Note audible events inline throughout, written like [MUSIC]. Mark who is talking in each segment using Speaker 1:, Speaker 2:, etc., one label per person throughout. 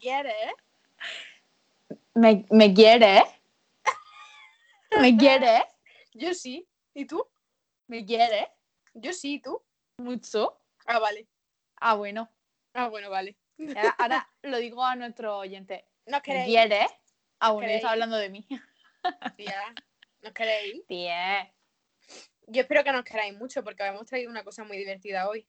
Speaker 1: quiere.
Speaker 2: ¿Me, me quiere?
Speaker 1: [LAUGHS]
Speaker 2: ¿Me quiere?
Speaker 1: Yo sí. ¿Y tú?
Speaker 2: ¿Me quiere?
Speaker 1: Yo sí, ¿y tú?
Speaker 2: ¿Mucho?
Speaker 1: Ah, vale.
Speaker 2: Ah, bueno.
Speaker 1: Ah, bueno,
Speaker 2: [LAUGHS]
Speaker 1: vale. [LAUGHS]
Speaker 2: Ahora, ahora lo digo a nuestro oyente.
Speaker 1: ¿Nos
Speaker 2: ¿Me
Speaker 1: queréis?
Speaker 2: quiere? Ah, bueno, ya
Speaker 1: ¿Queréis?
Speaker 2: está hablando de mí. [LAUGHS]
Speaker 1: tía? ¿Nos queréis?
Speaker 2: Bien.
Speaker 1: Yo espero que nos queráis mucho porque hemos traído una cosa muy divertida hoy.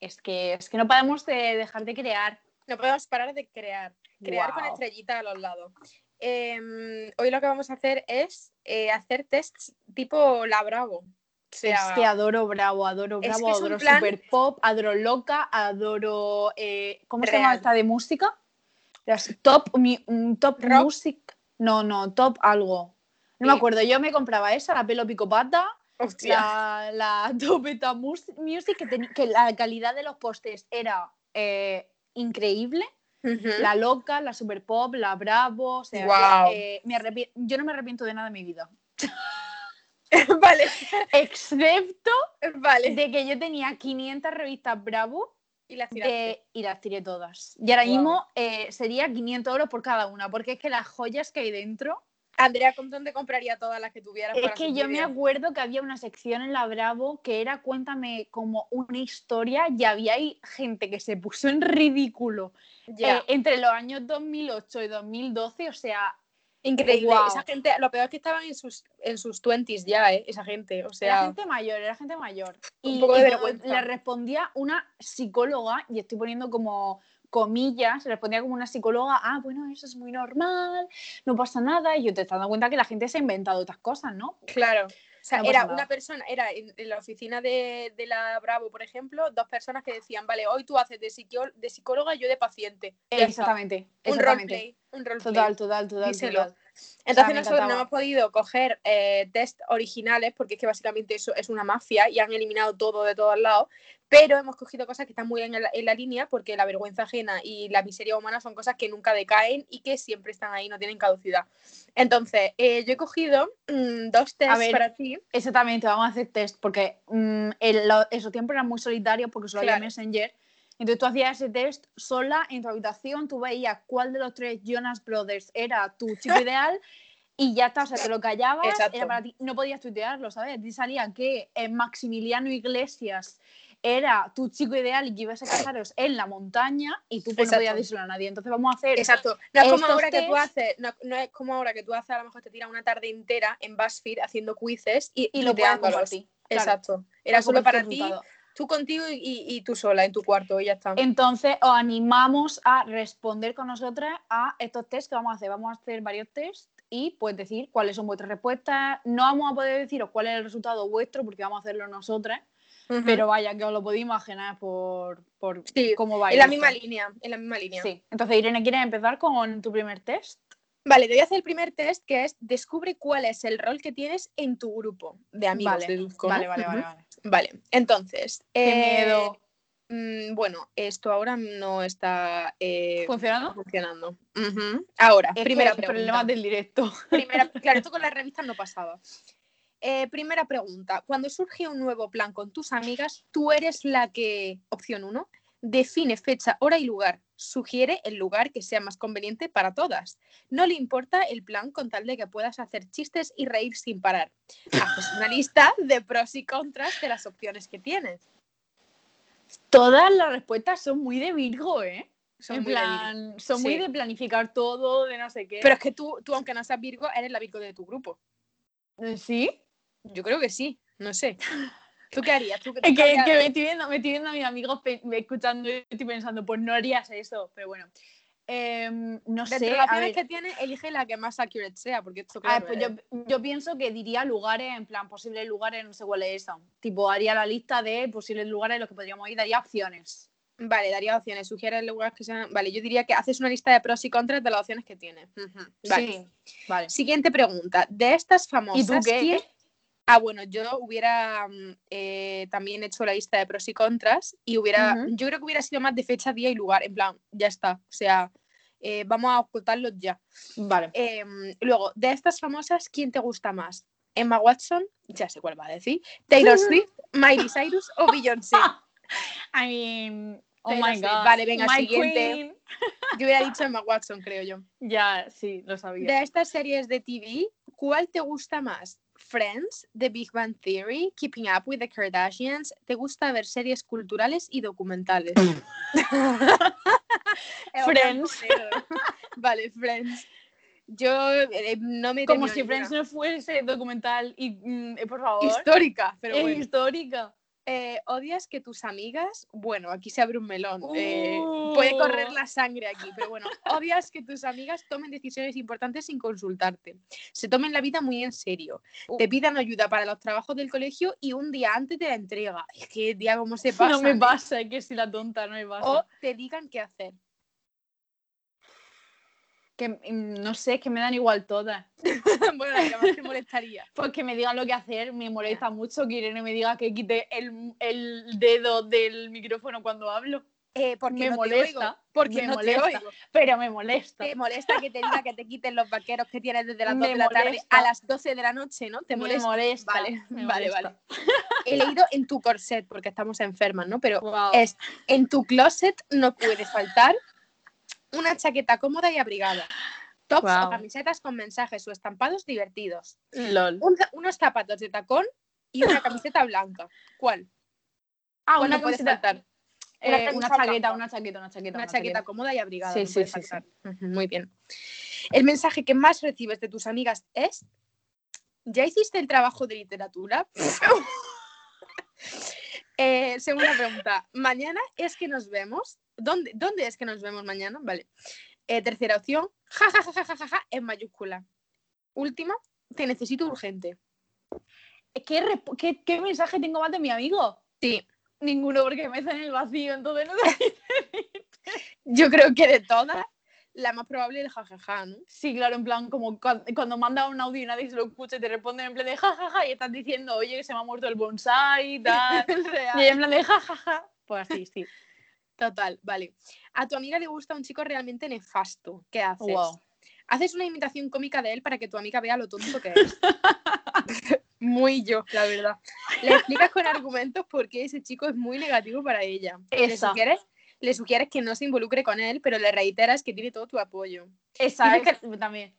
Speaker 2: Es que, es que no podemos de dejar de crear.
Speaker 1: No podemos parar de crear. Crear con
Speaker 2: Guau.
Speaker 1: estrellitas a los lados. Em, hoy lo que vamos a hacer es eh, hacer tests tipo la Bravo. O sea,
Speaker 2: Es que adoro Bravo, adoro
Speaker 1: Es
Speaker 2: Bravo,
Speaker 1: que es un
Speaker 2: adoro
Speaker 1: plan-
Speaker 2: Super Pop, adoro Loca, adoro. eh, ¿Cómo se
Speaker 1: Real.
Speaker 2: llama esta de música? Las top mi- mm, top
Speaker 1: Rock.
Speaker 2: music. No, no, top algo. No me
Speaker 1: Sí.
Speaker 2: acuerdo, yo me compraba esa, la pelo picopata,
Speaker 1: hostia.
Speaker 2: la, la [LAUGHS] top Eta Mus- music, que, teni- que la calidad de los postes era eh, increíble.
Speaker 1: Ujú.
Speaker 2: La loca, la super pop, la bravo. O sea,
Speaker 1: ¿Mm? Guau.
Speaker 2: eh, me arrepi- yo no me arrepiento de nada en mi vida.
Speaker 1: [LAUGHS] vale,
Speaker 2: Excepto
Speaker 1: vale.
Speaker 2: de que yo tenía 500 revistas Bravo
Speaker 1: Y la tiraste.
Speaker 2: eh, y las tiré todas. Y ahora
Speaker 1: Guau.
Speaker 2: mismo eh, sería 500 euros por cada una, porque es que las joyas que hay dentro.
Speaker 1: Andrea, ¿con dónde compraría todas las que tuvieras?
Speaker 2: Es
Speaker 1: para
Speaker 2: que
Speaker 1: sus
Speaker 2: yo me
Speaker 1: vídeos?
Speaker 2: acuerdo que había una sección en la Bravo que era cuéntame como una historia y había ahí gente que se puso en ridículo
Speaker 1: Ya.
Speaker 2: eh, entre los años 2008 y 2012, o sea,
Speaker 1: Increíble.
Speaker 2: guau.
Speaker 1: Esa gente, lo peor es que estaban en sus, en sus 20s ya, ¿eh? Esa gente. O
Speaker 2: era
Speaker 1: sea,
Speaker 2: gente mayor, era gente mayor.
Speaker 1: Un
Speaker 2: Y,
Speaker 1: poco de
Speaker 2: y como
Speaker 1: vergüenza.
Speaker 2: le respondía una psicóloga, y estoy poniendo como comillas, le respondía como una psicóloga, ah, bueno, eso es muy normal, no pasa nada, y yo te estás dando cuenta que la gente se ha inventado otras cosas, ¿no?
Speaker 1: claro. O sea,
Speaker 2: No pasa
Speaker 1: era
Speaker 2: nada.
Speaker 1: una persona, era en, en la oficina de, de la Bravo, por ejemplo, dos personas que decían, vale, hoy tú haces de, psiquio- de psicóloga y yo de paciente. Ya está.
Speaker 2: Exactamente,
Speaker 1: Un
Speaker 2: exactamente.
Speaker 1: roleplay. Un roleplay.
Speaker 2: Total, total, total,
Speaker 1: Díselo.
Speaker 2: total.
Speaker 1: Entonces nosotros
Speaker 2: me
Speaker 1: no
Speaker 2: encantaba.
Speaker 1: hemos podido coger eh, test originales porque es que básicamente eso es una mafia y han eliminado todo de todos lados, pero hemos cogido cosas que están muy en la, en la línea porque la vergüenza ajena y la miseria humana son cosas que nunca decaen y que siempre están ahí, no tienen caducidad. Entonces, eh, yo he cogido mm, dos tests
Speaker 2: ver.
Speaker 1: para ti.
Speaker 2: Exactamente, vamos a hacer test, porque mm, el- lo- esos tiempos eran muy solitarios porque solo había
Speaker 1: Claro.
Speaker 2: Messenger. Entonces tú hacías ese test sola en tu habitación, tú veías cuál de los tres Jonas Brothers era tu
Speaker 1: [LAUGHS]
Speaker 2: chico ideal y ya está, o sea, te lo callabas,
Speaker 1: Exacto.
Speaker 2: era para ti, no podías tuitearlo, ¿sabes? Te salía que eh, Maximiliano Iglesias era tu chico ideal y que ibas a casaros en la montaña y tú pues, no
Speaker 1: Exacto.
Speaker 2: podías decirlo a nadie. Entonces vamos a hacer
Speaker 1: Exacto. No es como
Speaker 2: Estos
Speaker 1: ahora que tú
Speaker 2: test-
Speaker 1: haces, no, no es como ahora que tú haces, a lo mejor te tira una tarde entera en BuzzFeed haciendo quizzes y,
Speaker 2: y lo puedes
Speaker 1: tuiteándolos.
Speaker 2: compartir. claro,
Speaker 1: Exacto. Era solo para
Speaker 2: compartir
Speaker 1: ti,
Speaker 2: resultados.
Speaker 1: tú contigo y, y- y tú sola en tu cuarto y ya está.
Speaker 2: Entonces, os animamos a responder con nosotras a estos test que vamos a hacer. Vamos a hacer varios test y pues decir cuáles son vuestras respuestas. No vamos a poder deciros cuál es el resultado vuestro porque vamos a hacerlo nosotras,
Speaker 1: Ujú.
Speaker 2: pero vaya que os lo podéis imaginar por, por
Speaker 1: Sí,
Speaker 2: cómo va a
Speaker 1: en
Speaker 2: ir
Speaker 1: la
Speaker 2: esto.
Speaker 1: misma línea, en la misma línea.
Speaker 2: Sí. Entonces, Irene, ¿quieres empezar con tu primer test?
Speaker 1: Vale, te voy a hacer el primer test que es descubre cuál es el rol que tienes en tu grupo de amigos.
Speaker 2: Vale,
Speaker 1: deduzco, ¿no?
Speaker 2: Vale, vale, vale,
Speaker 1: Ujú.
Speaker 2: vale.
Speaker 1: Vale, entonces.
Speaker 2: Qué
Speaker 1: eh,
Speaker 2: miedo.
Speaker 1: mm, bueno, esto ahora no está eh,
Speaker 2: ¿Funcionando?
Speaker 1: funcionando. Ujú. Ahora,
Speaker 2: Es Pues que
Speaker 1: primera
Speaker 2: los
Speaker 1: pregunta.
Speaker 2: problemas del directo. [LAUGHS]
Speaker 1: Primera- claro, esto con las revistas no pasaba. Eh, primera pregunta. Cuando surge un nuevo plan con tus amigas, tú eres la que, opción 1, define fecha, hora y lugar. Sugiere el lugar que sea más conveniente para todas. No le importa el plan con tal de que puedas hacer chistes y reír sin parar. Haces una lista de pros y contras de las opciones que tienes.
Speaker 2: Todas las respuestas son muy de Virgo, ¿eh?
Speaker 1: Son
Speaker 2: en
Speaker 1: muy de Virgo.
Speaker 2: plan, son muy
Speaker 1: Sí.
Speaker 2: de planificar todo, de no sé qué.
Speaker 1: Pero es que tú, tú, aunque no seas Virgo, eres la Virgo de tu grupo.
Speaker 2: Eh, sí.
Speaker 1: Yo creo que sí, no sé. ¿Tú qué harías? ¿Tú, tú
Speaker 2: Es
Speaker 1: qué
Speaker 2: que,
Speaker 1: harías?
Speaker 2: que me, estoy viendo, me estoy viendo a mis amigos pe- me escuchando y estoy pensando, pues no harías eso, pero bueno. Em, no
Speaker 1: Dentro
Speaker 2: sé,
Speaker 1: de las
Speaker 2: a
Speaker 1: opciones
Speaker 2: ver,
Speaker 1: que tiene, elige la que más accurate sea, porque esto
Speaker 2: a
Speaker 1: claro,
Speaker 2: ver, pues
Speaker 1: eh,
Speaker 2: yo, yo pienso que diría lugares, en plan, posibles lugares, no sé cuál es esa. Tipo, haría la lista de posibles lugares en los que podríamos ir, daría opciones.
Speaker 1: Vale, daría opciones, sugiere lugares que sean... Vale, yo diría que haces una lista de pros y contras de las opciones que tiene. Ujú, Vale.
Speaker 2: Sí, vale.
Speaker 1: Siguiente pregunta. De estas famosas...
Speaker 2: ¿Y tú qué?
Speaker 1: ¿quién- Ah, bueno, yo hubiera mm, eh, también hecho la lista de pros y contras y hubiera...
Speaker 2: Ujú.
Speaker 1: Yo creo que hubiera sido más de fecha, día y lugar, en plan, ya está. O sea, eh, vamos a ocultarlos ya.
Speaker 2: Vale.
Speaker 1: Em, luego, de estas famosas, ¿quién te gusta más? ¿Emma Watson? Ya sé
Speaker 2: [LAUGHS]
Speaker 1: cuál va a decir. ¿Taylor Swift? ¿Miley Cyrus o Beyoncé?
Speaker 2: I mean, Oh
Speaker 1: Taylor
Speaker 2: my
Speaker 1: Swift.
Speaker 2: god.
Speaker 1: Vale, venga,
Speaker 2: My
Speaker 1: siguiente.
Speaker 2: queen.
Speaker 1: Yo hubiera dicho Emma Watson, creo yo.
Speaker 2: Ya, sí, lo sabía.
Speaker 1: De estas series de TV, ¿cuál te gusta más? Friends, The Big Bang Theory, Keeping Up with the Kardashians. ¿Te gusta ver series culturales y
Speaker 2: [LAUGHS]
Speaker 1: documentales? El blanco
Speaker 2: Friends.
Speaker 1: negro. vale, Friends. Yo eh, no me
Speaker 2: Como
Speaker 1: termino
Speaker 2: si
Speaker 1: ninguna.
Speaker 2: Friends no fuese documental y, mm, eh, por favor,
Speaker 1: histórica, pero
Speaker 2: es
Speaker 1: bueno.
Speaker 2: histórica.
Speaker 1: Eh, ¿Odias que tus amigas, bueno, aquí se abre un melón, eh,
Speaker 2: Uh.
Speaker 1: puede correr la sangre aquí, pero bueno, odias que tus amigas tomen decisiones importantes sin consultarte, se tomen la vida muy en serio,
Speaker 2: Uh.
Speaker 1: te pidan ayuda para los trabajos del colegio y un día antes de la entrega, es que día cómo [LAUGHS] se pasa,
Speaker 2: no me pasa, es que si la tonta no me pasa.
Speaker 1: o te digan qué hacer. [LAUGHS]
Speaker 2: que mm, no sé, es que me dan igual todas.
Speaker 1: bueno, la que más te molestaría.
Speaker 2: Porque me digan lo que hacer, me molesta mucho que Irene me diga que quite el, el dedo del micrófono cuando hablo.
Speaker 1: Eh, porque
Speaker 2: Me
Speaker 1: no te
Speaker 2: molesta,
Speaker 1: oigo, porque
Speaker 2: me
Speaker 1: no te
Speaker 2: molesta.
Speaker 1: oigo.
Speaker 2: Pero me molesta.
Speaker 1: Te molesta que te diga que te quiten los vaqueros que tienes [LAUGHS] desde las
Speaker 2: Me
Speaker 1: 2 de la tarde
Speaker 2: molesta.
Speaker 1: a las 12 de la noche, ¿no? Te molesta.
Speaker 2: Me molesta.
Speaker 1: [LAUGHS] Vale,
Speaker 2: me
Speaker 1: vale,
Speaker 2: molesta.
Speaker 1: vale. He leído en tu corset, porque estamos enfermas, ¿no? Pero
Speaker 2: Guau.
Speaker 1: es en tu closet no puede faltar una chaqueta cómoda y abrigada. Tops
Speaker 2: Guau.
Speaker 1: o camisetas con mensajes o estampados divertidos.
Speaker 2: LOL.
Speaker 1: un- unos zapatos de tacón y
Speaker 2: [LAUGHS]
Speaker 1: una camiseta blanca. ¿Cuál?
Speaker 2: Ah,
Speaker 1: ¿Cuál
Speaker 2: una
Speaker 1: no puede
Speaker 2: camiseta-
Speaker 1: faltar?
Speaker 2: eh,
Speaker 1: una
Speaker 2: una,
Speaker 1: camisa blanca.
Speaker 2: chaqueta, una chaqueta, una chaqueta.
Speaker 1: Una chaqueta cómoda y abrigada.
Speaker 2: Sí,
Speaker 1: no
Speaker 2: sí,
Speaker 1: puede
Speaker 2: sí, sí.
Speaker 1: faltar. Ujú, Muy bien. El mensaje que más recibes de tus amigas es: ¿Ya hiciste el trabajo de literatura? [LAUGHS] Eh, segunda pregunta: ¿Mañana es que nos vemos? ¿Dónde, dónde es que nos vemos mañana? Vale. Eh, tercera opción: ja, ja, ja, ja, ja, ja, ja, en mayúscula. Última: Te necesito urgente.
Speaker 2: ¿Qué, rep- qué, qué mensaje tengo más de mi amigo?
Speaker 1: Sí,
Speaker 2: Ninguno, porque me está en el vacío, entonces no sé.
Speaker 1: yo creo que de todas, la más probable es el jajaja, ¿no? [LAUGHS]
Speaker 2: Sí, claro, en plan, como cuan- cuando manda un audio y nadie se lo escucha y te responden en plan de jajaja y estás diciendo, oye, que se me ha muerto el bonsai
Speaker 1: [LAUGHS]
Speaker 2: y tal. y ella en plan de jajaja. Pues así, sí.
Speaker 1: Total, vale. A tu amiga le gusta un chico realmente nefasto. ¿Qué haces?
Speaker 2: Wow.
Speaker 1: Haces una imitación cómica de él para que tu amiga vea lo tonto que
Speaker 2: [LAUGHS]
Speaker 1: es. muy yo, la verdad. Le
Speaker 2: [LAUGHS]
Speaker 1: explicas con argumentos por qué ese chico es muy negativo para ella.
Speaker 2: Esa.
Speaker 1: Le sugieres, le sugieres que no se involucre con él, pero le reiteras que tiene todo tu apoyo.
Speaker 2: Esa
Speaker 1: Dices
Speaker 2: es también.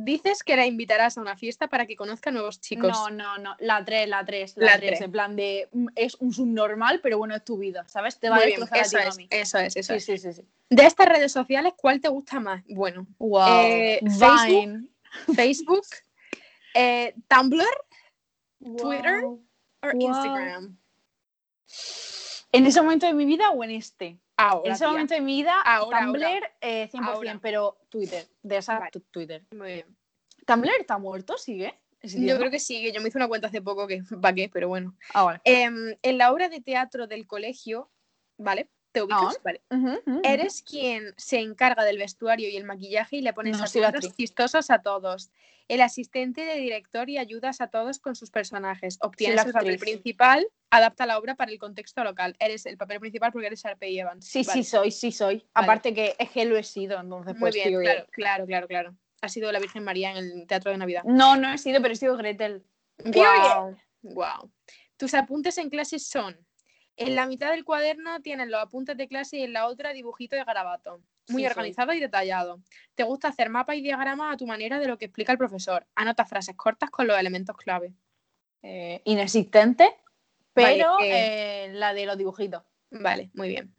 Speaker 1: Dices que la invitarás a una fiesta para que conozca nuevos chicos.
Speaker 2: No, no, no. La 3, la 3,
Speaker 1: La
Speaker 2: la 3.
Speaker 1: tres.
Speaker 2: En plan de, mm, es un subnormal, pero bueno, es tu vida, ¿sabes? Te va
Speaker 1: Muy
Speaker 2: a
Speaker 1: bien,
Speaker 2: destrozar a ti,
Speaker 1: eso,
Speaker 2: no a
Speaker 1: es,
Speaker 2: mí.
Speaker 1: eso es, eso
Speaker 2: Sí,
Speaker 1: es.
Speaker 2: sí, sí, sí.
Speaker 1: De estas redes sociales, ¿cuál te gusta más? Bueno,
Speaker 2: [LAUGHS] Wow.
Speaker 1: Eh, Facebook,
Speaker 2: Vine.
Speaker 1: Facebook, eh, Tumblr Twitter
Speaker 2: Wow.
Speaker 1: o
Speaker 2: Wow.
Speaker 1: Instagram.
Speaker 2: ¿En ese momento de mi vida o en este?
Speaker 1: Ahora.
Speaker 2: en ese
Speaker 1: tía.
Speaker 2: momento de mi vida,
Speaker 1: Ahora,
Speaker 2: Tumblr eh, 100%,
Speaker 1: Ahora.
Speaker 2: pero Twitter. De esa,
Speaker 1: Vale.
Speaker 2: tu- Twitter.
Speaker 1: Muy bien.
Speaker 2: ¿Tumblr está muerto? ¿Sigue? ¿Ese
Speaker 1: Yo
Speaker 2: idioma?
Speaker 1: creo que sí, que yo me hice una cuenta hace poco que [LAUGHS] va qué, pero bueno.
Speaker 2: Ah, vale.
Speaker 1: Em, en la obra de teatro del colegio, ¿vale? ¿Te ubicas?
Speaker 2: Ah.
Speaker 1: Vale.
Speaker 2: Ujú, ujú.
Speaker 1: Eres quien se encarga del vestuario y el maquillaje y le pones
Speaker 2: No, soy la
Speaker 1: atuendos
Speaker 2: actriz.
Speaker 1: chistosos a todos. El asistente de director y ayudas a todos con sus personajes. Obtienes
Speaker 2: la
Speaker 1: el papel
Speaker 2: actriz.
Speaker 1: principal, adapta la obra para el contexto local. Eres el papel principal porque eres Sharpay Evans.
Speaker 2: Sí,
Speaker 1: Vale.
Speaker 2: sí, soy, sí, soy.
Speaker 1: Vale.
Speaker 2: Aparte que es que lo he sido, entonces
Speaker 1: Muy
Speaker 2: pues
Speaker 1: bien,
Speaker 2: tío,
Speaker 1: claro, claro, claro, claro. Ha sido la Virgen María en el Teatro de Navidad.
Speaker 2: No, no he sido, pero he sido Gretel.
Speaker 1: Wow. wow. Tus apuntes en clase son, en la mitad del cuaderno tienes los apuntes de clase y en la otra dibujito de garabato. Muy
Speaker 2: Sí, soy.
Speaker 1: organizado y detallado. Te gusta hacer mapas y diagramas a tu manera de lo que explica el profesor. Anota frases cortas con los elementos clave.
Speaker 2: eh, inexistente, pero
Speaker 1: Vale,
Speaker 2: eh, la de los dibujitos.
Speaker 1: Vale, muy bien.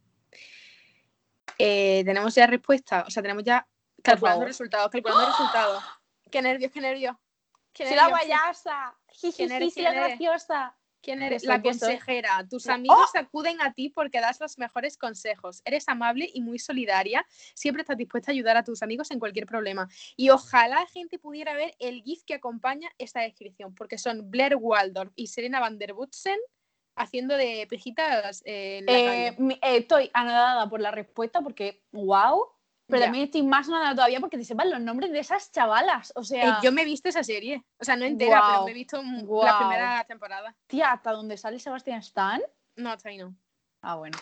Speaker 1: Eh, tenemos ya respuesta, o sea, tenemos ya calculando
Speaker 2: favor. ¡Ah!
Speaker 1: resultados, calculando resultados. Qué nervios, qué nervios. Qué
Speaker 2: ¡Soy la
Speaker 1: nervios.
Speaker 2: guayasa!
Speaker 1: ¿Quién
Speaker 2: ¡Jijiji,
Speaker 1: eres?
Speaker 2: soy la
Speaker 1: ¿Quién eres?
Speaker 2: graciosa!
Speaker 1: ¿Quién eres?
Speaker 2: Pues soy, ¡Oh!
Speaker 1: La
Speaker 2: que soy.
Speaker 1: consejera. Tus
Speaker 2: La-
Speaker 1: amigos acuden a ti porque das los mejores consejos. Eres amable y muy solidaria. Siempre estás dispuesta a ayudar a tus amigos en cualquier problema. Y ojalá la gente pudiera ver el GIF que acompaña esta descripción, porque son Blair Waldorf y Serena van der Woodsen haciendo de pijitas eh, en la
Speaker 2: Eh,
Speaker 1: calle.
Speaker 2: mi- eh, estoy anodada por la respuesta porque, wow, pero
Speaker 1: Ya.
Speaker 2: también estoy más anodada todavía porque te sepan los nombres de esas chavalas. O
Speaker 1: Eh,
Speaker 2: sea,
Speaker 1: yo me he visto esa serie. O sea, no entera, pero
Speaker 2: Guau,
Speaker 1: me he visto mm, la
Speaker 2: guau.
Speaker 1: primera temporada.
Speaker 2: tía, ¿hasta dónde sale Sebastián Stan?
Speaker 1: No, hasta ahí no.
Speaker 2: Ah, bueno.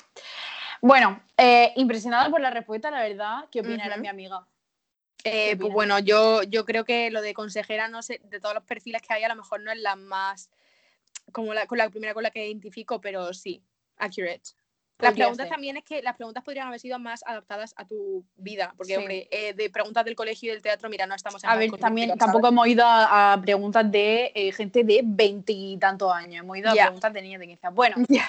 Speaker 2: Bueno, eh, impresionada por la respuesta, la verdad. ¿Qué opinará
Speaker 1: Ujú.
Speaker 2: mi amiga?
Speaker 1: Eh, pues
Speaker 2: opinas?
Speaker 1: bueno, yo, yo creo que lo de consejera, no sé, de todos los perfiles que hay, a lo mejor no es la más como la, con la primera con la que identifico, pero sí, accurate. La
Speaker 2: Podría
Speaker 1: pregunta
Speaker 2: ser.
Speaker 1: también es que las preguntas podrían haber sido más adaptadas a tu vida, porque,
Speaker 2: Sí.
Speaker 1: hombre, eh, de preguntas del colegio y del teatro, mira, no estamos en
Speaker 2: A
Speaker 1: plan
Speaker 2: ver,
Speaker 1: currículum,
Speaker 2: también
Speaker 1: ¿sabes?
Speaker 2: tampoco hemos ido a, a preguntas de eh, gente de veintitantos años, hemos ido a
Speaker 1: Ya.
Speaker 2: preguntas de niñas de 15. Bueno,
Speaker 1: Ya.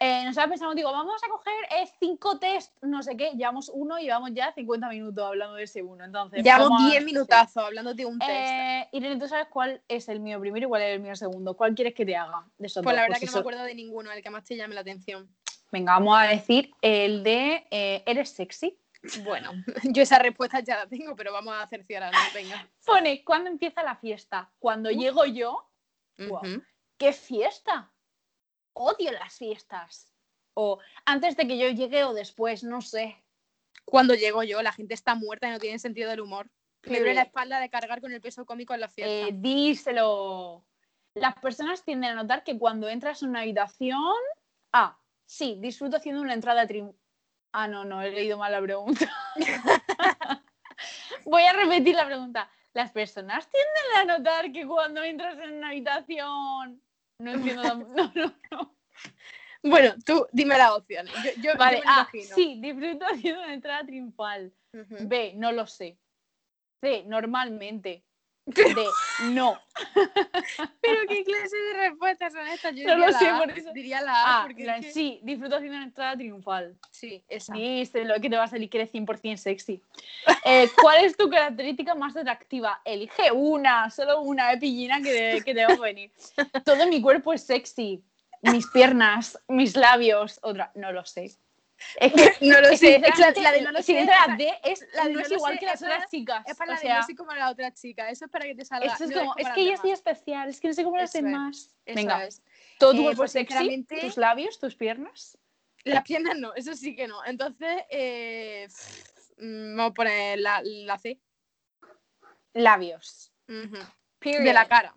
Speaker 2: eh, nosotros pensamos, digo, vamos a coger eh, cinco test, no sé qué, llevamos uno y llevamos ya 50 minutos hablando de ese uno. Entonces, vamos
Speaker 1: Llevamos
Speaker 2: a-
Speaker 1: 10
Speaker 2: sí.
Speaker 1: minutazos hablando de un test.
Speaker 2: Eh, Irene, ¿tú sabes cuál es el mío primero y cuál es el mío segundo? ¿Cuál quieres que te haga de esos
Speaker 1: Pues la
Speaker 2: dos?
Speaker 1: verdad que no
Speaker 2: eso-
Speaker 1: me acuerdo de ninguno, el que más te llame la atención.
Speaker 2: Venga, vamos a decir el de eh, ¿Eres sexy?
Speaker 1: Bueno, [LAUGHS] yo esa respuesta ya la tengo, pero vamos a cerciorarnos, venga.
Speaker 2: Pone, ¿cuándo empieza la fiesta? Cuando
Speaker 1: Uf.
Speaker 2: llego yo, Guau.
Speaker 1: Ujú.
Speaker 2: ¿qué fiesta? Odio las fiestas. O antes de que yo llegue o después, no sé.
Speaker 1: Cuando llego yo, la gente está muerta y no tiene sentido del humor. Me duele la espalda de cargar con el peso cómico en la
Speaker 2: Eh,
Speaker 1: fiesta.
Speaker 2: díselo. Las personas tienden a notar que cuando entras en una habitación. Ah, sí, disfruto haciendo una entrada tri- Ah, no, no, he leído mal la
Speaker 1: [LAUGHS]
Speaker 2: pregunta. Voy a repetir la pregunta. Las personas tienden a notar que cuando entras en una habitación. No entiendo. tam- No, no, no.
Speaker 1: Bueno, tú dime las opciones. Yo, [LAUGHS] yo- yo
Speaker 2: Vale,
Speaker 1: me lo
Speaker 2: A.
Speaker 1: imagino.
Speaker 2: Sí, disfruto [LAUGHS] haciendo una entrada triunfal.
Speaker 1: Ujú.
Speaker 2: B, no lo sé. C,
Speaker 1: [LAUGHS]
Speaker 2: normalmente. D, no.
Speaker 1: Pero qué clase de respuestas son estas. Yo
Speaker 2: No lo
Speaker 1: diría la
Speaker 2: sé,
Speaker 1: A,
Speaker 2: por eso.
Speaker 1: Diría la A,
Speaker 2: A,
Speaker 1: Ah, porque
Speaker 2: la-
Speaker 1: es que- Ah.
Speaker 2: sí, disfruto haciendo una entrada triunfal.
Speaker 1: Sí, esa.
Speaker 2: Díselo, que te va a salir que eres 100% sexy. [LAUGHS] Eh, ¿Cuál es tu característica más atractiva? Elige una, solo una de pillina que, de- que te va a
Speaker 1: [LAUGHS]
Speaker 2: venir. Todo mi cuerpo es sexy. Mis piernas, mis labios, otra. No lo sé. Es que,
Speaker 1: No lo
Speaker 2: es que
Speaker 1: sé. Es la, la de no lo
Speaker 2: si
Speaker 1: sé.
Speaker 2: entra la
Speaker 1: es
Speaker 2: D, es,
Speaker 1: la de
Speaker 2: no
Speaker 1: no
Speaker 2: es
Speaker 1: lo
Speaker 2: igual
Speaker 1: sé,
Speaker 2: que las
Speaker 1: es para-
Speaker 2: otras chicas.
Speaker 1: para- es para
Speaker 2: o
Speaker 1: la de
Speaker 2: sea,
Speaker 1: no sé como la otra chica. Eso es para que te salga.
Speaker 2: Esto es
Speaker 1: no
Speaker 2: como,
Speaker 1: como
Speaker 2: es
Speaker 1: las
Speaker 2: que ella
Speaker 1: demás.
Speaker 2: es especial, es que no sé cómo lo hacen
Speaker 1: Eso es,
Speaker 2: más.
Speaker 1: Eso
Speaker 2: Venga,
Speaker 1: es.
Speaker 2: todo tu
Speaker 1: Eh,
Speaker 2: cuerpo
Speaker 1: pues,
Speaker 2: sexy,
Speaker 1: sinceramente-
Speaker 2: tus labios, tus piernas.
Speaker 1: Las piernas no, eso sí que no. Entonces, eh, pff, mm, vamos a poner la, la C.
Speaker 2: Labios.
Speaker 1: Ujú.
Speaker 2: Period.
Speaker 1: De la cara.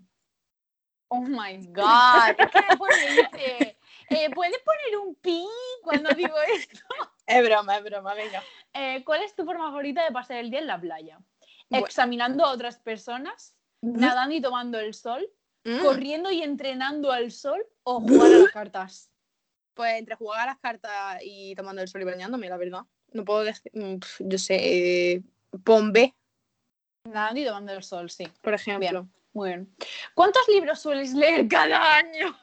Speaker 2: Oh my god. ¿Qué después me dice? eh, ¿Puedes poner un pi cuando [LAUGHS] digo esto?
Speaker 1: Es broma, es broma, venga.
Speaker 2: Eh, ¿Cuál es tu forma favorita de pasar el día en la playa?
Speaker 1: Bueno.
Speaker 2: Examinando a otras personas, nadando y tomando el sol,
Speaker 1: Mm.
Speaker 2: corriendo y entrenando al sol o jugar a las cartas.
Speaker 1: Pues entre jugar a las cartas y tomando el sol y bañándome, la verdad. No puedo decir, mm, pf, yo sé, eh, pon B,
Speaker 2: Nadando y tomando el sol, sí.
Speaker 1: por ejemplo.
Speaker 2: Muy bien. ¿Cuántos libros sueles leer cada año?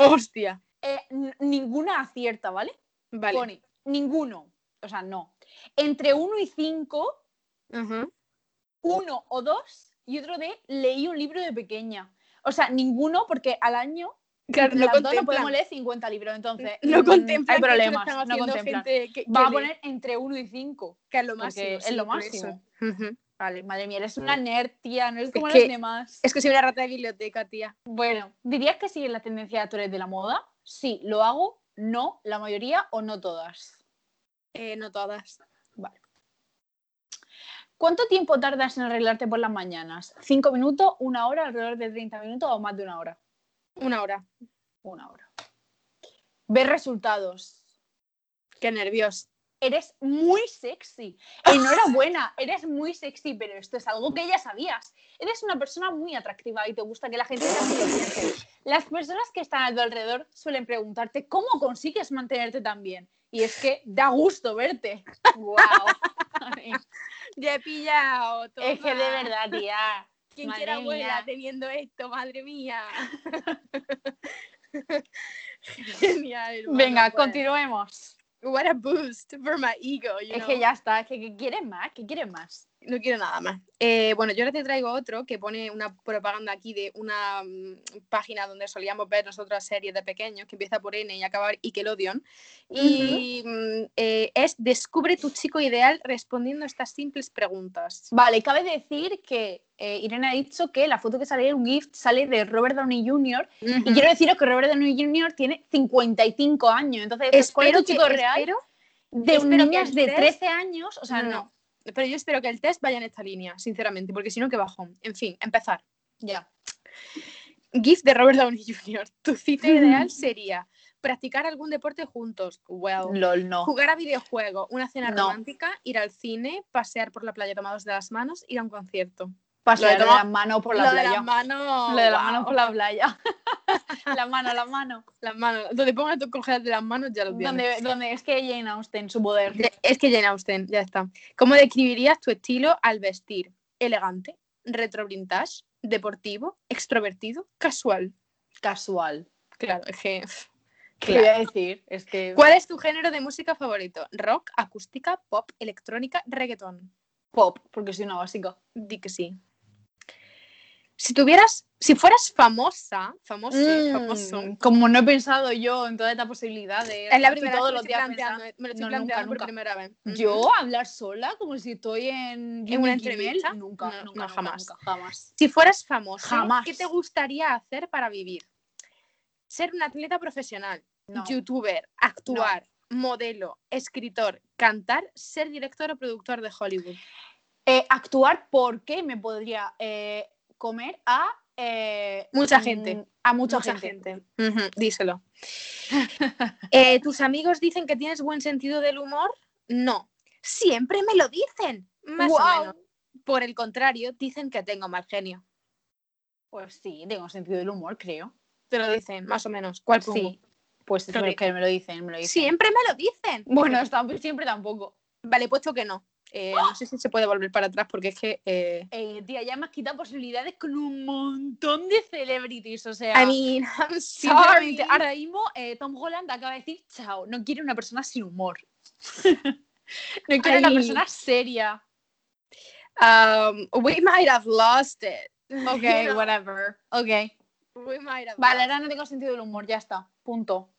Speaker 1: Hostia.
Speaker 2: Eh, n- ninguna acierta, ¿vale?
Speaker 1: Vale.
Speaker 2: Pone, ninguno. O sea, no. Entre uno y cinco,
Speaker 1: Ujú.
Speaker 2: uno o dos, y otro de leí un libro de pequeña. O sea, ninguno, porque al año
Speaker 1: Claro,
Speaker 2: entre
Speaker 1: no
Speaker 2: las dos no
Speaker 1: contemplan.
Speaker 2: podemos leer 50 libros, entonces.
Speaker 1: No
Speaker 2: mm,
Speaker 1: contemplan
Speaker 2: Hay
Speaker 1: que eso lo
Speaker 2: problemas,
Speaker 1: están
Speaker 2: no
Speaker 1: haciendo
Speaker 2: contemplan.
Speaker 1: gente que- que
Speaker 2: Va a
Speaker 1: le-
Speaker 2: poner entre uno y cinco.
Speaker 1: que es lo
Speaker 2: porque
Speaker 1: máximo.
Speaker 2: es
Speaker 1: sí,
Speaker 2: lo
Speaker 1: por eso.
Speaker 2: máximo.
Speaker 1: Ujú.
Speaker 2: Vale, madre mía, eres una nerd, tía, no
Speaker 1: Mm.
Speaker 2: eres
Speaker 1: Es
Speaker 2: como
Speaker 1: que-
Speaker 2: los demás.
Speaker 1: Es que soy una rata de biblioteca, tía.
Speaker 2: Bueno, ¿dirías que siguen la tendencia de actores de la moda? Sí, lo hago, no, la mayoría o no todas.
Speaker 1: Eh, no todas.
Speaker 2: ¿Cuánto tiempo tardas en arreglarte por las mañanas? ¿Cinco minutos, una hora, alrededor de 30 minutos o más de una hora?
Speaker 1: Una hora.
Speaker 2: Una hora. Ver resultados.
Speaker 1: Qué nervios.
Speaker 2: Eres muy sexy. Enhorabuena, eres muy sexy, pero esto es algo que ya sabías. Eres una persona muy atractiva y te gusta que la gente te así. Las personas que están a tu alrededor suelen preguntarte cómo consigues mantenerte tan bien. Y es que da gusto verte. ¡Wow!
Speaker 1: Ya he pillado. toma.
Speaker 2: [LAUGHS] es que de verdad, tía.
Speaker 1: Quien
Speaker 2: madre
Speaker 1: quiera abuela
Speaker 2: mía.
Speaker 1: teniendo esto, madre [LAUGHS] mía. Genial. hermano,
Speaker 2: Venga,
Speaker 1: pues.
Speaker 2: continuemos.
Speaker 1: What a boost for my ego. you
Speaker 2: Es
Speaker 1: know.
Speaker 2: que ya está, es que ¿qué quieres más? ¿Qué quieres más?
Speaker 1: No quiero nada más. Eh, bueno, yo ahora te traigo otro que pone una propaganda aquí de una mm, página donde solíamos ver nosotras series de pequeños que empieza por N y acaba en Nickelodeon. Y mm, eh, es Descubre tu chico ideal respondiendo estas simples preguntas.
Speaker 2: Vale, cabe decir que eh, Irene ha dicho que la foto que sale en un gift sale de Robert Downey Jr. Y quiero deciros que Robert Downey Jr. tiene 55 años. Entonces, esto es ¿cuál es
Speaker 1: espero
Speaker 2: tu chico
Speaker 1: que,
Speaker 2: real?
Speaker 1: espero-
Speaker 2: de
Speaker 1: espero que
Speaker 2: niñas de
Speaker 1: estés-
Speaker 2: 13 años, o sea, no.
Speaker 1: no, no. Pero yo espero que el test vaya en esta línea, sinceramente, porque si no, qué bajón. En fin, empezar.
Speaker 2: Ya.
Speaker 1: GIF de Robert Downey Jr. [LAUGHS] Tu cita
Speaker 2: [LAUGHS]
Speaker 1: ideal sería practicar algún deporte juntos. Well.
Speaker 2: LOL, no.
Speaker 1: Jugar a videojuegos, una cena
Speaker 2: No.
Speaker 1: romántica, ir al cine, pasear por la playa tomados de las manos, ir a un concierto. Lo
Speaker 2: Pasear
Speaker 1: de
Speaker 2: de,
Speaker 1: tomar-
Speaker 2: las manos por la
Speaker 1: Lo de
Speaker 2: playa.
Speaker 1: las manos.
Speaker 2: Lo de las
Speaker 1: guau.
Speaker 2: manos por la [LAUGHS] playa. las manos, las [LAUGHS] manos.
Speaker 1: Las manos. Donde pongas tus cojeras de las manos ya lo tienes.
Speaker 2: Donde, donde es que Jane Austen, su poder.
Speaker 1: De- Es que Jane Austen, ya está. ¿Cómo describirías tu estilo al vestir? Elegante, retro vintage, deportivo, extrovertido, casual.
Speaker 2: Casual.
Speaker 1: Claro, es que. pff,
Speaker 2: ¿Qué
Speaker 1: claro.
Speaker 2: voy a decir? Es que.
Speaker 1: ¿Cuál es tu género de música favorito? Rock, acústica, pop, electrónica, reggaetón.
Speaker 2: Pop, porque soy una básica.
Speaker 1: Di que sí. Si tuvieras, si fueras famosa, famoso,
Speaker 2: Mm,
Speaker 1: famoso.
Speaker 2: Como no he pensado yo en todas estas posibilidades.
Speaker 1: Es la
Speaker 2: estoy
Speaker 1: primera
Speaker 2: todos
Speaker 1: vez
Speaker 2: los
Speaker 1: que me estoy
Speaker 2: días
Speaker 1: planteando,
Speaker 2: pensando.
Speaker 1: me lo estoy
Speaker 2: No, nunca,
Speaker 1: planteando por
Speaker 2: nunca.
Speaker 1: primera vez. Ujú.
Speaker 2: Yo hablar sola como si estoy en,
Speaker 1: En una
Speaker 2: Jimmy Kimmel,
Speaker 1: entrevista,
Speaker 2: Nunca,
Speaker 1: no, no,
Speaker 2: nunca, nunca,
Speaker 1: jamás.
Speaker 2: nunca, jamás.
Speaker 1: Si fueras famoso,
Speaker 2: Jamás.
Speaker 1: ¿qué te gustaría hacer para vivir? Ser un atleta profesional,
Speaker 2: No.
Speaker 1: youtuber, actuar, modelo, escritor, cantar, ser director o productor de Hollywood.
Speaker 2: Eh, actuar porque me podría eh, comer a eh,
Speaker 1: Mucha
Speaker 2: mm,
Speaker 1: gente.
Speaker 2: A mucha, gente.
Speaker 1: Ujú,
Speaker 2: [LAUGHS]
Speaker 1: díselo. Eh, ¿Tus amigos dicen que tienes buen sentido del humor? No. Siempre me lo dicen. Más o
Speaker 2: Guau.
Speaker 1: menos. Por el contrario, dicen que tengo mal genio.
Speaker 2: Pues sí, tengo sentido del humor, creo.
Speaker 1: Te lo dicen, más o menos. ¿Cuál pongo?
Speaker 2: Sí. Pues
Speaker 1: Creo
Speaker 2: pero
Speaker 1: que-
Speaker 2: que me lo dicen, me lo dicen.
Speaker 1: Siempre me lo dicen.
Speaker 2: Bueno, [LAUGHS] está- siempre tampoco.
Speaker 1: Vale, puesto que no. Eh, no sé si se puede volver para atrás porque es que. eh,
Speaker 2: Eh, tía, ya me has quitado posibilidades con un montón de celebrities, o sea...
Speaker 1: I mean, [LAUGHS] I'm sorry.
Speaker 2: Sinceramente, ahora mismo eh, Tom Holland acaba de decir chao, no quiere una persona sin [LAUGHS] humor. no quiere una
Speaker 1: Ay.
Speaker 2: persona seria.
Speaker 1: Um, we might have lost it.
Speaker 2: [LAUGHS] Ok,
Speaker 1: You know,
Speaker 2: whatever. Ok.
Speaker 1: we might have
Speaker 2: Vale,
Speaker 1: lost
Speaker 2: ahora no tengo sentido del humor, ya está. Punto.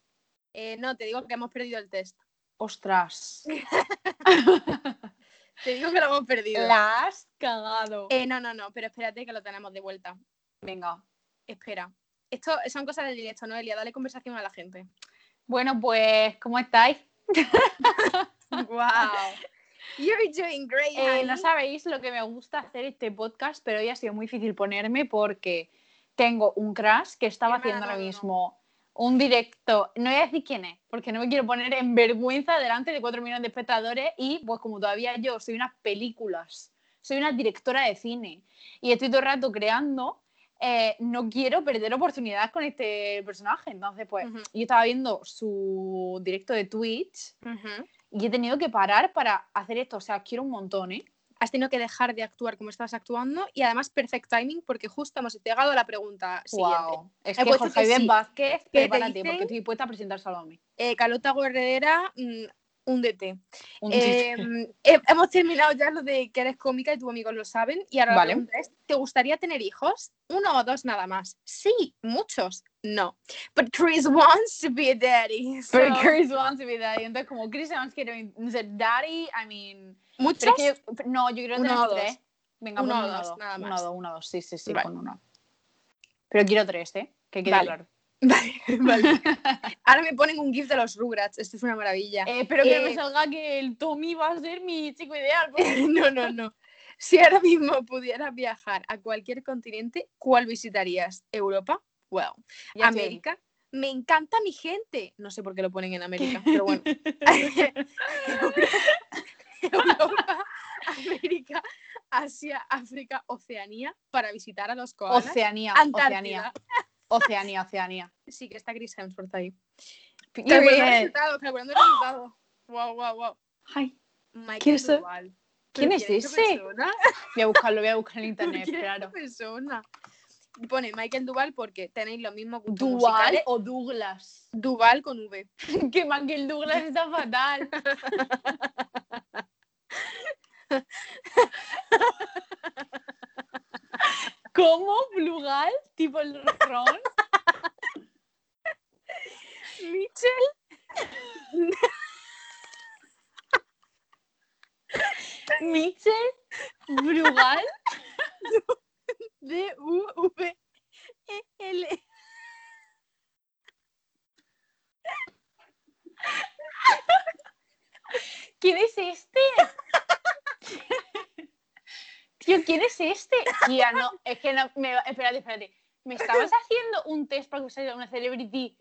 Speaker 1: it. Eh, no, te digo que hemos perdido el test.
Speaker 2: Ostras.
Speaker 1: [LAUGHS] Te digo que lo hemos perdido.
Speaker 2: [LAUGHS] La has cagado.
Speaker 1: Eh, no, no, no, pero espérate que lo tenemos de vuelta.
Speaker 2: Venga.
Speaker 1: Espera. Esto son cosas del directo, Noelia. Dale conversación a la gente. [LAUGHS]
Speaker 2: Bueno, pues, ¿cómo estáis?
Speaker 1: wow. [LAUGHS] You're doing great.
Speaker 2: Eh, no
Speaker 1: honey.
Speaker 2: sabéis lo que me gusta hacer este podcast, pero hoy ha sido muy difícil ponerme porque tengo un crash que estaba
Speaker 1: Hermana,
Speaker 2: haciendo ahora
Speaker 1: no, no, no.
Speaker 2: mismo un directo. No voy a decir quién es, porque no me quiero poner en vergüenza delante de cuatro millones de espectadores y pues como todavía yo soy unas películas, soy una directora de cine y estoy todo el rato creando, eh, no quiero perder oportunidades con este personaje. Entonces, pues
Speaker 1: Ujú.
Speaker 2: yo estaba viendo su directo de Twitch
Speaker 1: Ujú.
Speaker 2: y he tenido que parar para hacer esto. O sea, quiero un montón, ¿eh?
Speaker 1: Has tenido que dejar de actuar como estabas actuando y además perfect timing porque justo hemos llegado a la pregunta siguiente.
Speaker 2: Wow. Eh, pues Es
Speaker 1: He
Speaker 2: que
Speaker 1: puesto
Speaker 2: Jorge
Speaker 1: que
Speaker 2: Javier
Speaker 1: sí.
Speaker 2: Vázquez,
Speaker 1: te
Speaker 2: prepárate,
Speaker 1: dicen?
Speaker 2: porque estoy dispuesta a presentar Salvame.
Speaker 1: Eh, Calota Guerrera, mm, húndete. Eh,
Speaker 2: Un [LAUGHS] chiste.
Speaker 1: he- hemos terminado ya lo de que eres cómica y tus amigos lo saben. Y ahora
Speaker 2: Vale.
Speaker 1: la pregunta es, ¿te gustaría tener hijos? ¿Uno o dos nada más? Sí, muchos. No. But Chris wants to be a daddy. So,
Speaker 2: Pero Chris Evans y Daddy, entonces como Chris Evans quiere ser Daddy, I mean...
Speaker 1: ¿Muchos?
Speaker 2: pero es que yo- no, yo quiero
Speaker 1: Uno
Speaker 2: tener
Speaker 1: o dos.
Speaker 2: tres. Venga,
Speaker 1: Uno
Speaker 2: uno,
Speaker 1: o
Speaker 2: uno,
Speaker 1: dos,
Speaker 2: dos,
Speaker 1: nada
Speaker 2: uno,
Speaker 1: más.
Speaker 2: dos, uno, dos, sí, sí, sí,
Speaker 1: Vale.
Speaker 2: con uno. Pero quiero tres, ¿eh? Que quede
Speaker 1: Vale.
Speaker 2: claro.
Speaker 1: [LAUGHS] Vale,
Speaker 2: [LAUGHS]
Speaker 1: vale. Ahora me ponen un gif de los Rugrats. Esto es una maravilla.
Speaker 2: Eh, espero que no
Speaker 1: Eh,
Speaker 2: me salga que el Tommy va a ser mi chico ideal. pues,
Speaker 1: [LAUGHS]
Speaker 2: porque-
Speaker 1: no, no, no. Si ahora mismo pudieras viajar a cualquier continente, ¿cuál visitarías? ¿Europa? Wow.
Speaker 2: Ya estoy ahí.
Speaker 1: América. Me encanta mi gente. No sé por qué lo ponen en América, pero
Speaker 2: [LAUGHS]
Speaker 1: bueno. Europa, América, Asia, África, Oceanía para visitar a los koalas.
Speaker 2: Oceanía,
Speaker 1: Antártida. [LAUGHS]
Speaker 2: Oceanía, Oceanía, Oceanía.
Speaker 1: Sí, que está Chris Hemsworth ahí.
Speaker 2: You're
Speaker 1: Calculando el
Speaker 2: in.
Speaker 1: resultado, calculando el resultado. Wow, wow, wow.
Speaker 2: Ay,
Speaker 1: Michael
Speaker 2: ¿Quién es-
Speaker 1: Duval.
Speaker 2: ¿Quién
Speaker 1: ¿Pero
Speaker 2: es
Speaker 1: quién es esa
Speaker 2: ese? [LAUGHS]
Speaker 1: persona?
Speaker 2: Voy a buscarlo, voy a
Speaker 1: [LAUGHS]
Speaker 2: buscar en
Speaker 1: ¿Pero
Speaker 2: internet,
Speaker 1: quién es esa
Speaker 2: claro.
Speaker 1: persona? Pone Michael Duval porque tenéis los mismos gustos
Speaker 2: ¿Dual
Speaker 1: musicales.
Speaker 2: o Douglas?
Speaker 1: Duval con V.
Speaker 2: [LAUGHS] que Michael Douglas está fatal. [LAUGHS] ¿Cómo? ¿Plugal? ¿Tipo el [LAUGHS] ron?
Speaker 1: Mitchell.
Speaker 2: ¿Mitchell? ¿Brugal?
Speaker 1: D U V E L.
Speaker 2: ¿Quién es [LAUGHS] este? Tío, ¿quién es este? Tía, no, es que no, me, va- espérate, espérate. ¿Me estabas haciendo un test para que saliera una celebrity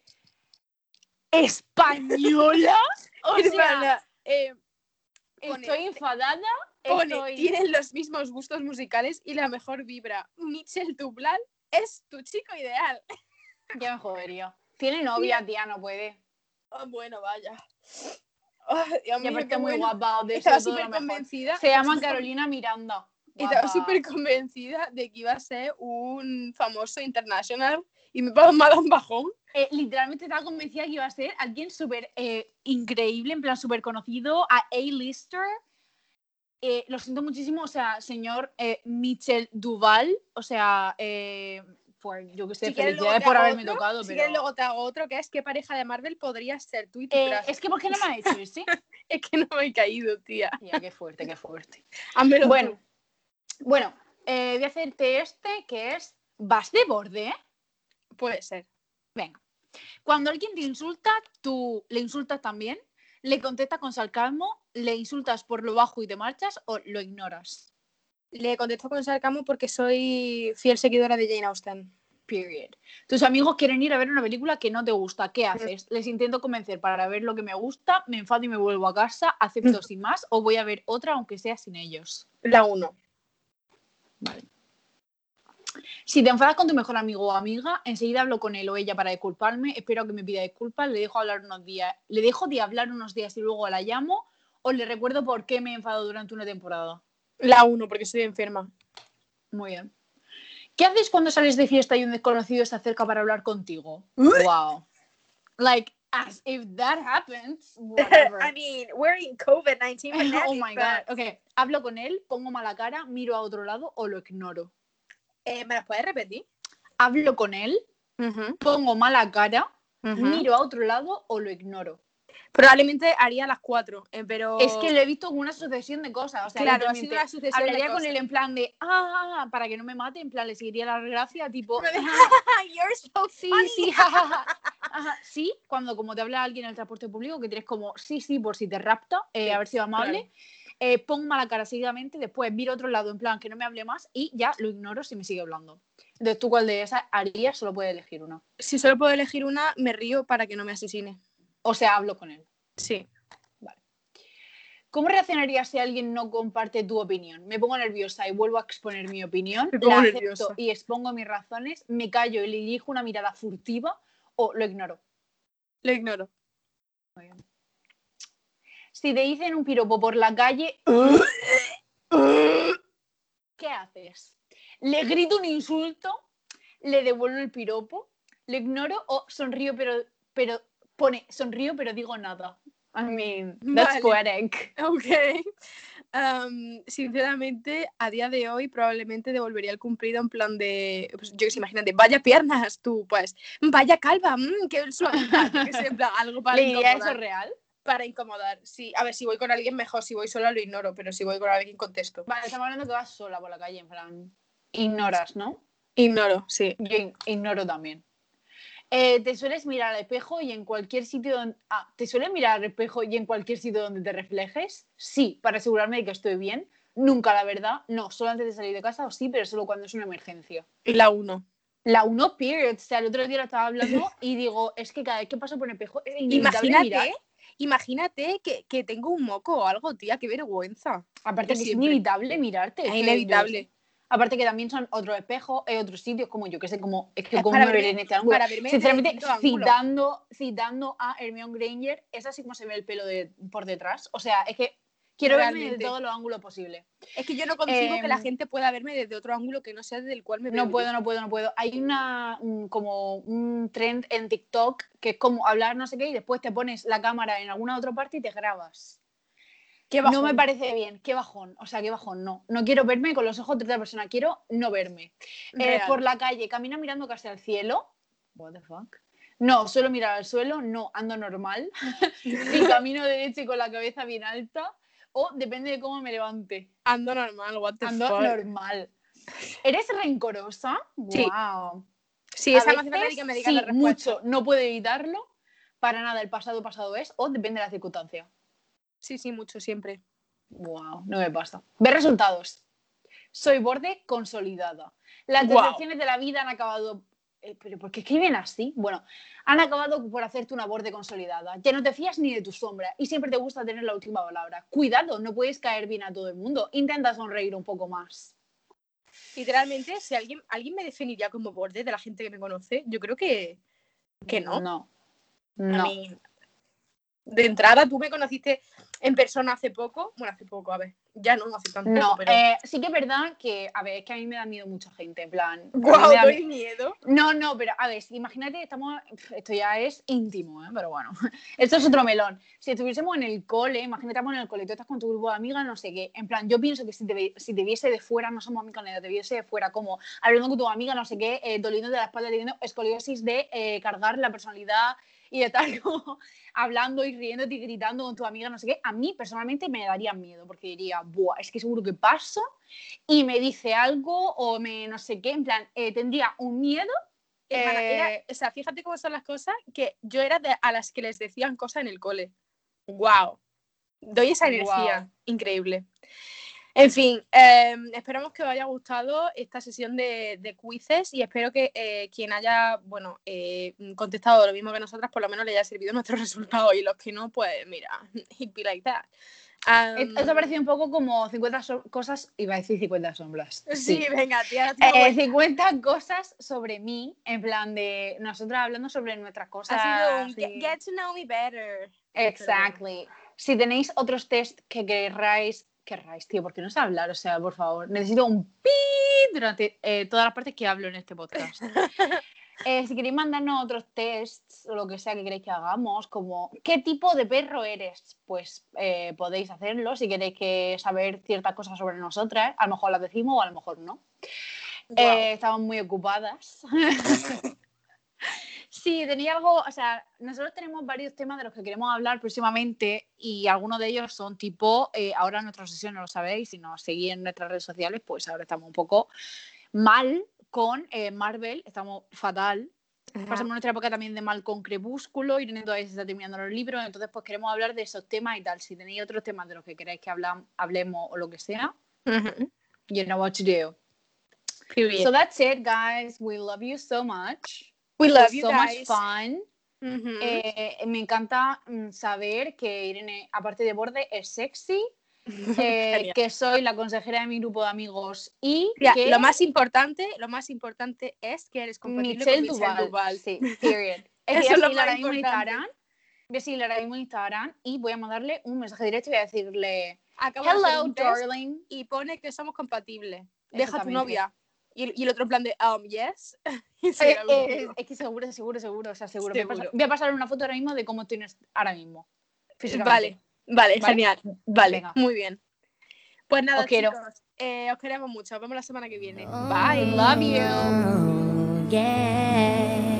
Speaker 2: española? O sea,
Speaker 1: [LAUGHS] Hermana, eh, pone-
Speaker 2: este. estoy enfadada,
Speaker 1: eh, Pone,
Speaker 2: Estoy-
Speaker 1: tienen los mismos gustos musicales y la mejor vibra. Michel Dublan es tu chico ideal.
Speaker 2: Ya me jodería. Tiene novia, tía, no puede.
Speaker 1: Ah, bueno, vaya. Ay, Dios
Speaker 2: Y
Speaker 1: mío,
Speaker 2: aparte
Speaker 1: qué
Speaker 2: muy
Speaker 1: bueno.
Speaker 2: guapa, de eso
Speaker 1: Estaba
Speaker 2: todo lo
Speaker 1: súper
Speaker 2: mejor.
Speaker 1: convencida.
Speaker 2: Se llama Carolina Miranda.
Speaker 1: Estaba
Speaker 2: Guapa.
Speaker 1: súper convencida de que iba a ser un famoso internacional y me va a dar un bajón.
Speaker 2: Eh, literalmente estaba convencida que iba a ser alguien súper eh, increíble, en plan súper conocido, a A-lister. Eh, lo siento muchísimo, o sea, señor eh, Michel Duval, o sea, eh, pues yo que sé,
Speaker 1: Si quieres, luego
Speaker 2: felicidades
Speaker 1: te
Speaker 2: por
Speaker 1: hago
Speaker 2: haberme
Speaker 1: otro,
Speaker 2: tocado,
Speaker 1: Si
Speaker 2: pero...
Speaker 1: quieres, luego te hago otro que es qué pareja de Marvel podría ser tú y tu
Speaker 2: Eh,
Speaker 1: crush? [LAUGHS]
Speaker 2: es que ¿por qué no me ha hecho ese?
Speaker 1: Es que no me he caído, tía.
Speaker 2: Tía, qué fuerte, qué fuerte.
Speaker 1: Házmelo
Speaker 2: Bueno,
Speaker 1: tú.
Speaker 2: bueno eh, voy a hacerte este que es, ¿vas de borde?
Speaker 1: puede ser.
Speaker 2: Venga. Cuando alguien te insulta, tú le insultas también, le contestas con sarcasmo, le insultas por lo bajo y te marchas o lo ignoras.
Speaker 1: Le contesto con sarcasmo porque soy fiel seguidora de Jane Austen.
Speaker 2: Period. Tus amigos quieren ir a ver una película que no te gusta. ¿Qué haces? Les intento convencer para ver lo que me gusta, me enfado y me vuelvo a casa, acepto sin más o voy a ver otra aunque sea sin ellos.
Speaker 1: La 1.
Speaker 2: Si te enfadas con tu mejor amigo o amiga, enseguida hablo con él o ella para disculparme, espero que me pida disculpas, le dejo hablar unos días, le dejo de hablar unos días y luego la llamo o le recuerdo por qué me he enfadado durante una temporada.
Speaker 1: La 1 porque soy enferma.
Speaker 2: Muy bien. ¿Qué haces cuando sales de fiesta y un desconocido se acerca para hablar contigo?
Speaker 1: Uh.
Speaker 2: Wow. Like as if that
Speaker 1: [LAUGHS]
Speaker 2: happens. whatever.
Speaker 1: mean, we're in COVID-19. [LAUGHS]
Speaker 2: oh my god. Okay. Hablo con él, pongo mala cara, miro a otro lado o lo ignoro.
Speaker 1: Eh, ¿Me las puedes repetir?
Speaker 2: Hablo con él, pongo mala cara, miro a otro lado o lo ignoro.
Speaker 1: Probablemente haría las 4, pero...
Speaker 2: Es
Speaker 1: [LAUGHS]
Speaker 2: que lo he visto como una sucesión de cosas. O sea,
Speaker 1: Oh. claro, ha sido
Speaker 2: literalmente,
Speaker 1: una sucesión de
Speaker 2: hablaría con
Speaker 1: cosas.
Speaker 2: él en plan de ah, para que no me mate, en plan le seguiría la gracia, tipo
Speaker 1: You're so
Speaker 2: Sí,
Speaker 1: funny.
Speaker 2: [LAUGHS] sí, jajaja. Ajá, sí, cuando como te habla alguien en el transporte público que tienes como sí, sí, por si te rapta, eh,
Speaker 1: Sí,
Speaker 2: a ver si va amable, eh, pon mala cara seguidamente, después miro a otro lado en plan que no me hable más y ya lo ignoro si me sigue hablando. Entonces tú cuál de esas harías, solo puedes elegir una.
Speaker 1: [LAUGHS] Si solo puedo elegir una, me río para que no me asesine.
Speaker 2: O sea, hablo con él.
Speaker 1: Sí.
Speaker 2: ¿Cómo reaccionarías si alguien no comparte tu opinión? Me pongo nerviosa y vuelvo a exponer mi opinión,
Speaker 1: Me pongo
Speaker 2: la acepto
Speaker 1: nerviosa.
Speaker 2: y expongo mis razones, me callo y le dirijo una mirada furtiva o lo ignoro.
Speaker 1: Lo [LAUGHS] ignoro.
Speaker 2: Si te dicen un piropo por la calle, ¿qué haces? ¿Le grito un insulto? ¿Le devuelvo el piropo? ¿Le ignoro o sonrío pero, pero pone sonrío pero digo nada? I mean,
Speaker 1: Vale.
Speaker 2: that's poetic.
Speaker 1: Ok. Am, sinceramente, a día de hoy probablemente devolvería el cumplido en plan de, pues, yo qué sé, imagínate, vaya piernas tú, pues, vaya calva, mm, qué suavidad, yo qué sé, en plan, algo para
Speaker 2: ¿Le diría eso
Speaker 1: incomodar.
Speaker 2: real?
Speaker 1: Para incomodar, sí. A ver, si voy con alguien mejor, si voy sola lo ignoro, pero si voy con alguien contesto.
Speaker 2: Vale, estamos hablando que vas sola por la calle, en plan, ignoras, ¿no?
Speaker 1: Ignoro, sí.
Speaker 2: Yo in- ignoro también. Eh, te sueles mirar al espejo y en cualquier sitio donde... ah, ¿te sueles mirar al espejo y en cualquier sitio donde te reflejes? Sí, para asegurarme de que estoy bien. Nunca, la verdad. No, solo antes de salir de casa o sí, pero solo cuando es una emergencia.
Speaker 1: La uno.
Speaker 2: La uno period. O sea, el otro día lo estaba
Speaker 1: [LAUGHS]
Speaker 2: hablando y digo, es que cada vez que paso por un espejo es inevitable
Speaker 1: Imagínate,
Speaker 2: mirar.
Speaker 1: imagínate que, que tengo un moco o algo, tía, qué vergüenza.
Speaker 2: Aparte que
Speaker 1: siempre.
Speaker 2: es inevitable mirarte.
Speaker 1: Es
Speaker 2: que yo-
Speaker 1: inevitable.
Speaker 2: Aparte que también son otros espejos, eh, otros sitios, como yo que sé, como... Es que
Speaker 1: Es
Speaker 2: como
Speaker 1: para
Speaker 2: me veré
Speaker 1: verme-
Speaker 2: en este ángulo.
Speaker 1: Para verme desde
Speaker 2: Sinceramente,
Speaker 1: distintos ángulos.
Speaker 2: citando, citando a Hermione Granger, es así como se ve el pelo de, por detrás. O sea, es que quiero verme de
Speaker 1: Realmente.
Speaker 2: todos los ángulos posibles.
Speaker 1: Es que yo no concibo que la
Speaker 2: Em,
Speaker 1: gente pueda verme desde otro ángulo que no sea desde el cual me veo.
Speaker 2: No
Speaker 1: yo.
Speaker 2: puedo, no puedo, no puedo. Hay una un- como un trend en TikTok que es como hablar no sé qué y después te pones la cámara en alguna otra parte y te grabas.
Speaker 1: Qué
Speaker 2: No
Speaker 1: bajón.
Speaker 2: me parece bien, qué bajón. O sea, qué bajón, no. No quiero verme con los ojos de otra persona, quiero no verme. Eh,
Speaker 1: Real.
Speaker 2: por la calle, camina mirando casi al cielo. What the fuck? No, suelo mirar al suelo, no,
Speaker 1: [LAUGHS]
Speaker 2: ando normal. si camino derecho y con la cabeza bien alta. O depende de cómo me levante.
Speaker 1: Ando normal, what the
Speaker 2: Ando
Speaker 1: fuck.
Speaker 2: normal. ¿Eres rencorosa?
Speaker 1: Sí.
Speaker 2: Wow.
Speaker 1: Sí,
Speaker 2: A
Speaker 1: esa no hace falta
Speaker 2: veces,
Speaker 1: ni que me diga la
Speaker 2: sí,
Speaker 1: respuesta.
Speaker 2: mucho. No puedo evitarlo. Para nada, el pasado pasado es. O depende de la circunstancia.
Speaker 1: Sí, sí, mucho, siempre.
Speaker 2: Wow, no me pasa. Ver resultados. Soy borde consolidada. Las
Speaker 1: Guau.
Speaker 2: decepciones de la vida han acabado eh, ¿pero por qué escriben así? Bueno, han acabado por hacerte una borde consolidada. Ya no te fías ni de tu sombra y siempre te gusta tener la última palabra. Cuidado, no puedes caer bien a todo el mundo. Intenta sonreír un poco más.
Speaker 1: Literalmente, si alguien, alguien me definiría como borde de la gente que me conoce, yo creo que, que no.
Speaker 2: No.
Speaker 1: A
Speaker 2: No.
Speaker 1: mí- de entrada, tú me conociste en persona hace poco. Bueno, hace poco, a ver. Ya no, hace tanto.
Speaker 2: No,
Speaker 1: pero...
Speaker 2: eh, sí que es verdad que, a ver, es que a mí me da miedo mucha gente, en plan. a mí
Speaker 1: [LAUGHS] Guau,
Speaker 2: me da-
Speaker 1: doy miedo.
Speaker 2: No, no, pero a ver, si- imagínate, estamos, pf, esto ya es íntimo, ¿eh? pero bueno, [LAUGHS] esto es otro melón. Si estuviésemos en el cole, imagínate, estamos en el cole, tú estás con tu grupo de amigas, no sé qué, en plan, yo pienso que si te, vi- si te viese de fuera, no somos amigas, ni te viese de fuera, como hablando con tu amiga, no sé qué, eh, doliendo de la espalda, teniendo escoliosis de eh, cargar la personalidad y de estar [LAUGHS] como hablando y riéndote y gritando con tu amiga, no sé qué, a mí personalmente me daría miedo, porque diría, buah, es que seguro que paso y me dice algo o me no sé qué, en plan, eh, tendría un miedo.
Speaker 1: Hermana, era-
Speaker 2: eh,
Speaker 1: o sea, fíjate cómo son las cosas, que yo era de, a las que les decían cosas en el cole. ¡Wow! Doy esa energía.
Speaker 2: Guau.
Speaker 1: Increíble. En fin, eh, esperamos que os haya gustado esta sesión de, de quizzes y espero que eh, quien haya, bueno, eh, contestado lo mismo que nosotras, por lo menos le haya servido [LAUGHS] nuestro resultado y los que no, pues mira, [LAUGHS] it be like that. Um,
Speaker 2: et- Esto ha parecido un poco como 50 so- cosas, iba a decir 50 sombras.
Speaker 1: Sí, venga, tía. tía,
Speaker 2: Eh,
Speaker 1: bueno.
Speaker 2: 50 cosas sobre mí, en plan de nosotras hablando sobre nuestras cosas.
Speaker 1: ha sido un
Speaker 2: y-
Speaker 1: get, get to know me better.
Speaker 2: Exactly. Si tenéis otros test que querráis, querráis, tío, porque no sé hablar, o sea, por favor, necesito un pi durante eh, todas las partes que hablo en este podcast. Eh, si queréis mandarnos otros tests o lo que sea que queréis que hagamos, como qué tipo de perro eres, pues eh, podéis hacerlo si queréis que saber ciertas cosas sobre nosotras. A lo mejor las decimos o a lo mejor no.
Speaker 1: Guau.
Speaker 2: Eh, estamos muy ocupadas. [LAUGHS] sí, tenía algo, o sea, nosotros tenemos varios temas de los que queremos hablar próximamente y algunos de ellos son tipo, eh, ahora nuestra sesión no lo sabéis, si nos seguís en nuestras redes sociales, pues ahora estamos un poco mal con eh, Marvel, estamos fatal. Pasamos nuestra época también de mal con Crepúsculo, Irene todavía se está terminando los libros, entonces pues queremos hablar de esos temas y tal. Si tenéis otros temas de los que queráis que hablam- hablemos o lo que sea,
Speaker 1: Ujú.
Speaker 2: you know what to do.
Speaker 1: Period.
Speaker 2: So that's it, guys. We love you so much.
Speaker 1: we
Speaker 2: It
Speaker 1: love
Speaker 2: was
Speaker 1: you
Speaker 2: so
Speaker 1: guys. Mm-hmm.
Speaker 2: much fun.
Speaker 1: Ujú.
Speaker 2: Eh, me encanta mm, saber que Irene, aparte de borde, es sexy,
Speaker 1: [LAUGHS]
Speaker 2: eh,
Speaker 1: Genial.
Speaker 2: que soy la consejera de mi grupo de amigos y
Speaker 1: Tía,
Speaker 2: que
Speaker 1: lo más importante, lo más importante es que eres compatible
Speaker 2: Michelle
Speaker 1: con
Speaker 2: Duval.
Speaker 1: Michelle Duval. [LAUGHS]
Speaker 2: Sí, period. Es
Speaker 1: Eso
Speaker 2: que
Speaker 1: es lo
Speaker 2: voy a
Speaker 1: más
Speaker 2: seguirla ahora mismo en
Speaker 1: importante.
Speaker 2: Instagram. Voy a seguirla ahora mismo en Instagram y voy a mandarle un mensaje directo y voy a decirle
Speaker 1: Acabo de hacer
Speaker 2: Hello,
Speaker 1: un test
Speaker 2: darling.
Speaker 1: y pone que somos compatibles. Deja a tu
Speaker 2: Exactamente.
Speaker 1: novia. Y, y el otro en plan de, um, yes. [LAUGHS] Y se
Speaker 2: Eh,
Speaker 1: la
Speaker 2: eh,
Speaker 1: bloqueo.
Speaker 2: es que seguro, seguro, seguro, o sea, seguro. Voy, a
Speaker 1: Seguro.
Speaker 2: pasar, voy a pasarle una foto ahora mismo de cómo estoy ahora mismo. físicamente.
Speaker 1: vale, vale,
Speaker 2: Vale.
Speaker 1: genial. Vale,
Speaker 2: Venga.
Speaker 1: muy bien. Pues nada,
Speaker 2: Os quiero.
Speaker 1: chicos, eh, os queremos mucho. Nos vemos la semana que viene.
Speaker 3: Bye.
Speaker 2: Love you.
Speaker 3: Yeah.